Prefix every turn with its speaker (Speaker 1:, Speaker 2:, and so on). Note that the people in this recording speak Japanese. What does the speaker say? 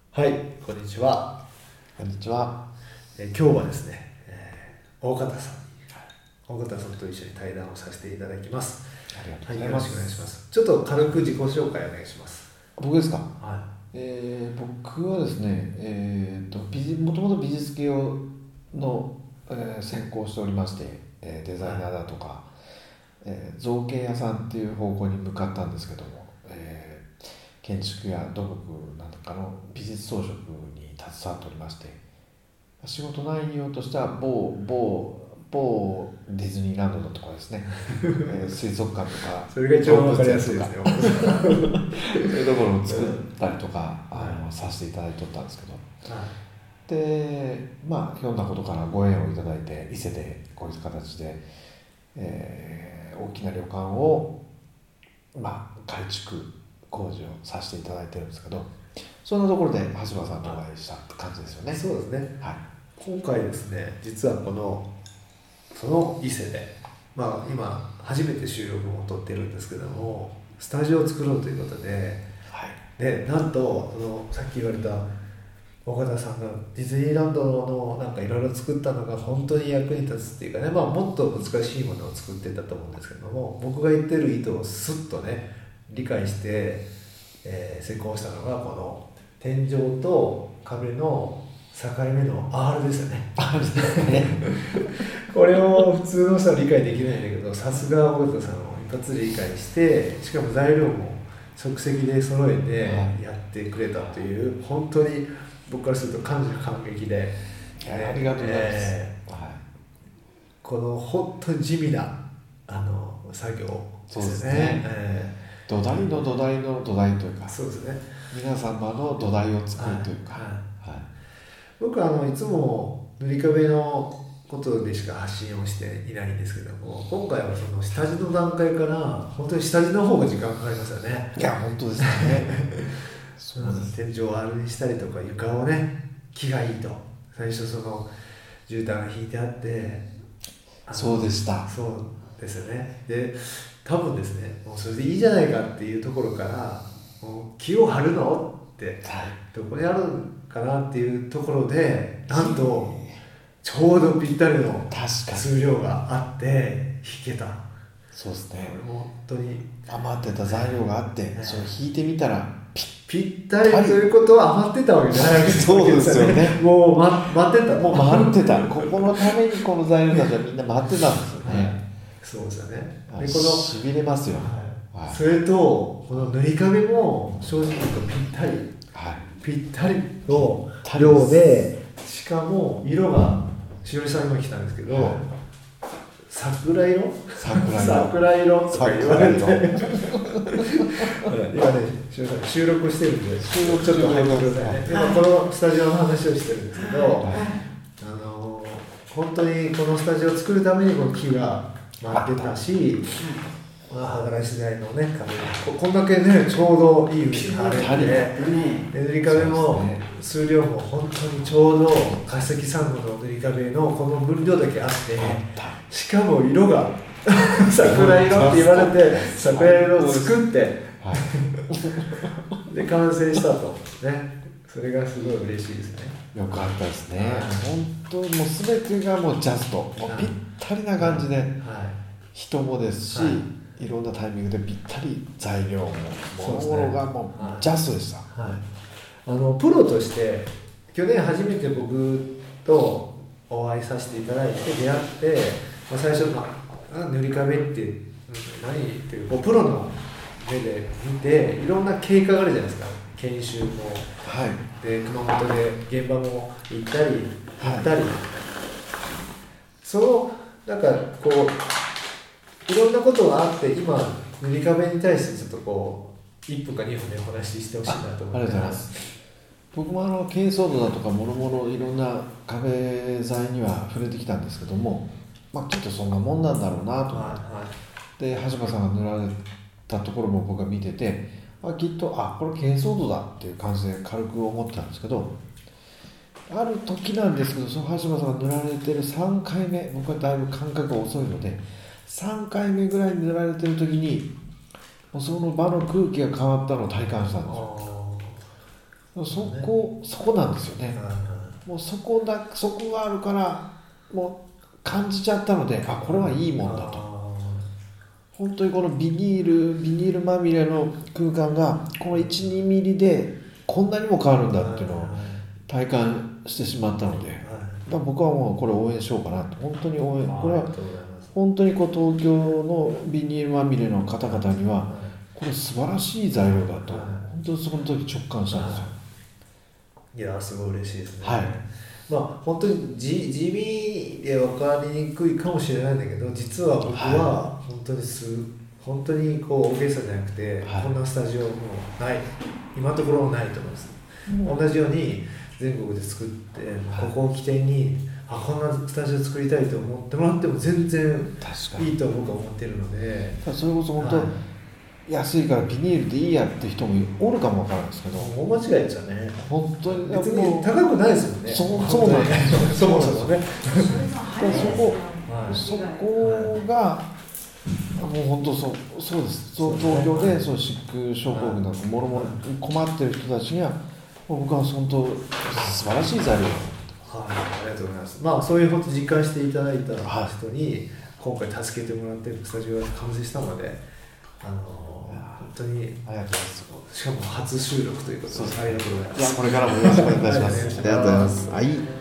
Speaker 1: こんにちは、
Speaker 2: こんにちは。
Speaker 1: えー今日はですね、えー大方さんに大方さんと一緒に対談をさせていただきます
Speaker 2: ありがと
Speaker 1: はい
Speaker 2: うござ
Speaker 1: よ
Speaker 2: い
Speaker 1: ろ
Speaker 2: ま
Speaker 1: しくお
Speaker 2: す。
Speaker 1: 願いしますちょっと軽く自己紹介お願いします
Speaker 2: 僕ですか。
Speaker 1: は
Speaker 2: えー、僕はですね、えー、と美術もともと美術系をの、えー専攻をしておりまして、えーデザイナーだとか、えー造形屋さんっていう方向に向かったんですけども、えー建築や土木なんかの美術装飾に携わっておりまして仕事内容としては某某某ディズニーランドのとか ですね、えー水族館とか
Speaker 1: いそれが一番わかりやすいですね
Speaker 2: そういうところを作ったりとか、
Speaker 1: はい
Speaker 2: あのさせていただいておったんですけどでまあひょんなことからご縁をいただいて伊勢でこういう形で、えー大きな旅館を、まあ、改築工事をさせていただいてるんですけどそんなところで橋場さんとお会いした感じですよね。
Speaker 1: そうですね
Speaker 2: はい
Speaker 1: 今回ですね実はこのその伊勢でまあ今初めて収録を撮ってるんですけどもスタジオを作ろうということで
Speaker 2: はい
Speaker 1: でなんとそのさっき言われた岡田さんがディズニーランドのなんかいろいろ作ったのが本当に役に立つっていうかね、まあ、もっと難しいものを作ってたと思うんですけども僕が言ってる意図をスッとね理解して、えー施工したのがこの天井と壁の境目の R ですよね。
Speaker 2: あです ね
Speaker 1: これを普通の人は理解できないんだけどさすが尾形さんを一発で理解してしかも材料も即席で揃え
Speaker 2: はい
Speaker 1: てやってくれたという、本当に僕からすると感謝感激で、
Speaker 2: いやありがとうございます。
Speaker 1: え
Speaker 2: はい
Speaker 1: ーこの本当に地味なあの作業です
Speaker 2: そう
Speaker 1: ね
Speaker 2: ですね
Speaker 1: え
Speaker 2: 土台の土台の土台というか
Speaker 1: ーそうですね
Speaker 2: 皆様の土台を作るというか、
Speaker 1: はいは
Speaker 2: はい
Speaker 1: 僕はあのいつも塗り壁のことでしか発信をしていないんですけども今回はその下地の段階から本当に下地の方が時間かかりますよね
Speaker 2: いや本当ですねそうですね
Speaker 1: 天井をあれにしたりとか床をね木がいいと最初その絨毯が引いてあってあの
Speaker 2: そうでした
Speaker 1: そうですよねで多分ですねもうそれでいいじゃないかっていうところからもう木を張るのって
Speaker 2: は
Speaker 1: どこにあるかなっていうところでなんとちょうどぴったりの
Speaker 2: い確かに
Speaker 1: 数量があって引けた
Speaker 2: そうです
Speaker 1: これ
Speaker 2: ね
Speaker 1: も本当に
Speaker 2: 余ってた材料があって、
Speaker 1: ね
Speaker 2: それ引いてみたらピッ
Speaker 1: ぴったりということは余ってたわけじゃないわけ
Speaker 2: そうですよね
Speaker 1: もう、ま、待ってたもう
Speaker 2: 待ってたここのためにこの材料たちはみんな待ってたんですよね、
Speaker 1: そうですよね
Speaker 2: あ
Speaker 1: でこの
Speaker 2: しびれますよ
Speaker 1: はい
Speaker 2: はい
Speaker 1: それとこの塗り壁も正直言うとぴったり
Speaker 2: はい
Speaker 1: ぴったりの
Speaker 2: ぴったりです
Speaker 1: 量でしかも色がしおりさん今来たんですけど、
Speaker 2: はい
Speaker 1: 桜色
Speaker 2: 桜色
Speaker 1: 桜色とか言われて
Speaker 2: 桜
Speaker 1: 今ねしおりさん収録してるんで
Speaker 2: 収録
Speaker 1: ちょっと入ってくださいね
Speaker 2: は
Speaker 1: 今このスタジオの話をしてるんですけど、
Speaker 2: はい
Speaker 1: あの本当にこのスタジオを作るためにこの木が回ってたしまあ剥がれしないのね壁がここんだけねちょうどいい風に貼れ
Speaker 2: ぴった
Speaker 1: てで塗り壁
Speaker 2: そ
Speaker 1: も
Speaker 2: うですね
Speaker 1: 数量も本当にちょうど化石サンゴの塗り壁のこの分量だけあって
Speaker 2: あった
Speaker 1: しかも色が 桜色って言われて桜色を作って
Speaker 2: はい
Speaker 1: で完成したとねそれがすごい嬉しいですね
Speaker 2: よかったですね、
Speaker 1: はい
Speaker 2: 本当もう全てがもうジャストもう
Speaker 1: はい
Speaker 2: ぴったりな感じで、
Speaker 1: はい
Speaker 2: 人もですし、、
Speaker 1: はい
Speaker 2: ろんなタイミングでぴったり材料も
Speaker 1: そうですね
Speaker 2: 物々がも
Speaker 1: はいう
Speaker 2: ジャストでした、
Speaker 1: はい、あのプロとして去年初めて僕とお会いさせていただいて出会って、まあ、最初、まあ、あ塗り壁ってうん何っていうこうプロの目で見ていろんな経過があるじゃないですか研修も
Speaker 2: はい
Speaker 1: で熊本で現場も行ったり
Speaker 2: はい
Speaker 1: 行ったり、そのなんかこういろんなことがあって今塗り壁に対してちょっとこう1分か2分でお話ししてほしいなと思って
Speaker 2: ありがとうございます僕もあの珪藻土だとかもろもろいろんな壁材には触れてきたんですけどもまあきっとそんなもんなんだろうなと思って
Speaker 1: は
Speaker 2: で橋場さんが塗られたところも僕は見ててあきっとあこれ珪藻土だっていう感じで軽く思ってたんですけどある時なんですけどその橋場さんが塗られてる3回目僕はだいぶ感覚が遅いので3回目ぐらいに塗られてる時にもうその場の空気が変わったのを体感したんですよ
Speaker 1: い
Speaker 2: そこ、そこなんですよね
Speaker 1: は
Speaker 2: もうそこだそこがあるからもう感じちゃったのであこれはいい
Speaker 1: い
Speaker 2: もんだと
Speaker 1: と
Speaker 2: 本当にこのビニールビニールまみれの空間がこの12ミリでこんなにも変わるんだっていうのを体感してしまったのでだから僕はもうこれ応援しようかなと本当に応援これ
Speaker 1: あり
Speaker 2: は
Speaker 1: がとうございます
Speaker 2: 本当にこう東京のビニールまみれの方々にはこれ素晴らしい材料だと
Speaker 1: はい
Speaker 2: 本当にその時直感したんですよ
Speaker 1: いやすごい嬉しいですね
Speaker 2: はい
Speaker 1: まあ本当に地地味で分かりにくいかもしれないんだけど実は僕は本当にす、本当にこう大げさじゃなくて、
Speaker 2: はい
Speaker 1: こんなスタジオもうない今のところないと思います同じように全国で作って
Speaker 2: はい
Speaker 1: ここを起点にあこんなスタジオ作りたいと思ってもらっても全然
Speaker 2: 確か
Speaker 1: い
Speaker 2: に
Speaker 1: いと僕は思ってるので
Speaker 2: だからそれこそ本
Speaker 1: はい
Speaker 2: 当安いからビニールでいいやって人もおるかもわからないですけど
Speaker 1: もう大間違いですよね
Speaker 2: 本当に
Speaker 1: 別
Speaker 2: も
Speaker 1: に
Speaker 2: う
Speaker 1: 高くないですもんね
Speaker 2: そそうなんです
Speaker 1: そ
Speaker 2: よ
Speaker 1: もそもね
Speaker 2: からそこ
Speaker 1: はい
Speaker 2: そこが、もう本当そうそうですそう東京でそうシック症候群だともろもろ困ってる人たちにはもう僕は本当素晴らしい材料だ
Speaker 1: はい、ありがとうございます。まあ、そういうこと実感していただいた
Speaker 2: はい
Speaker 1: 人に、今回助けてもらって、スタジオが完成したので。あの
Speaker 2: いや
Speaker 1: ー、本当に、
Speaker 2: ありがとうございます
Speaker 1: しかも初収録ということで、ありがとうございます
Speaker 2: いや。これからもよろしくお願いいたしま
Speaker 1: ありがとうご
Speaker 2: すありがとう
Speaker 1: ざ
Speaker 2: ご
Speaker 1: い
Speaker 2: ざい
Speaker 1: ま
Speaker 2: ますすはい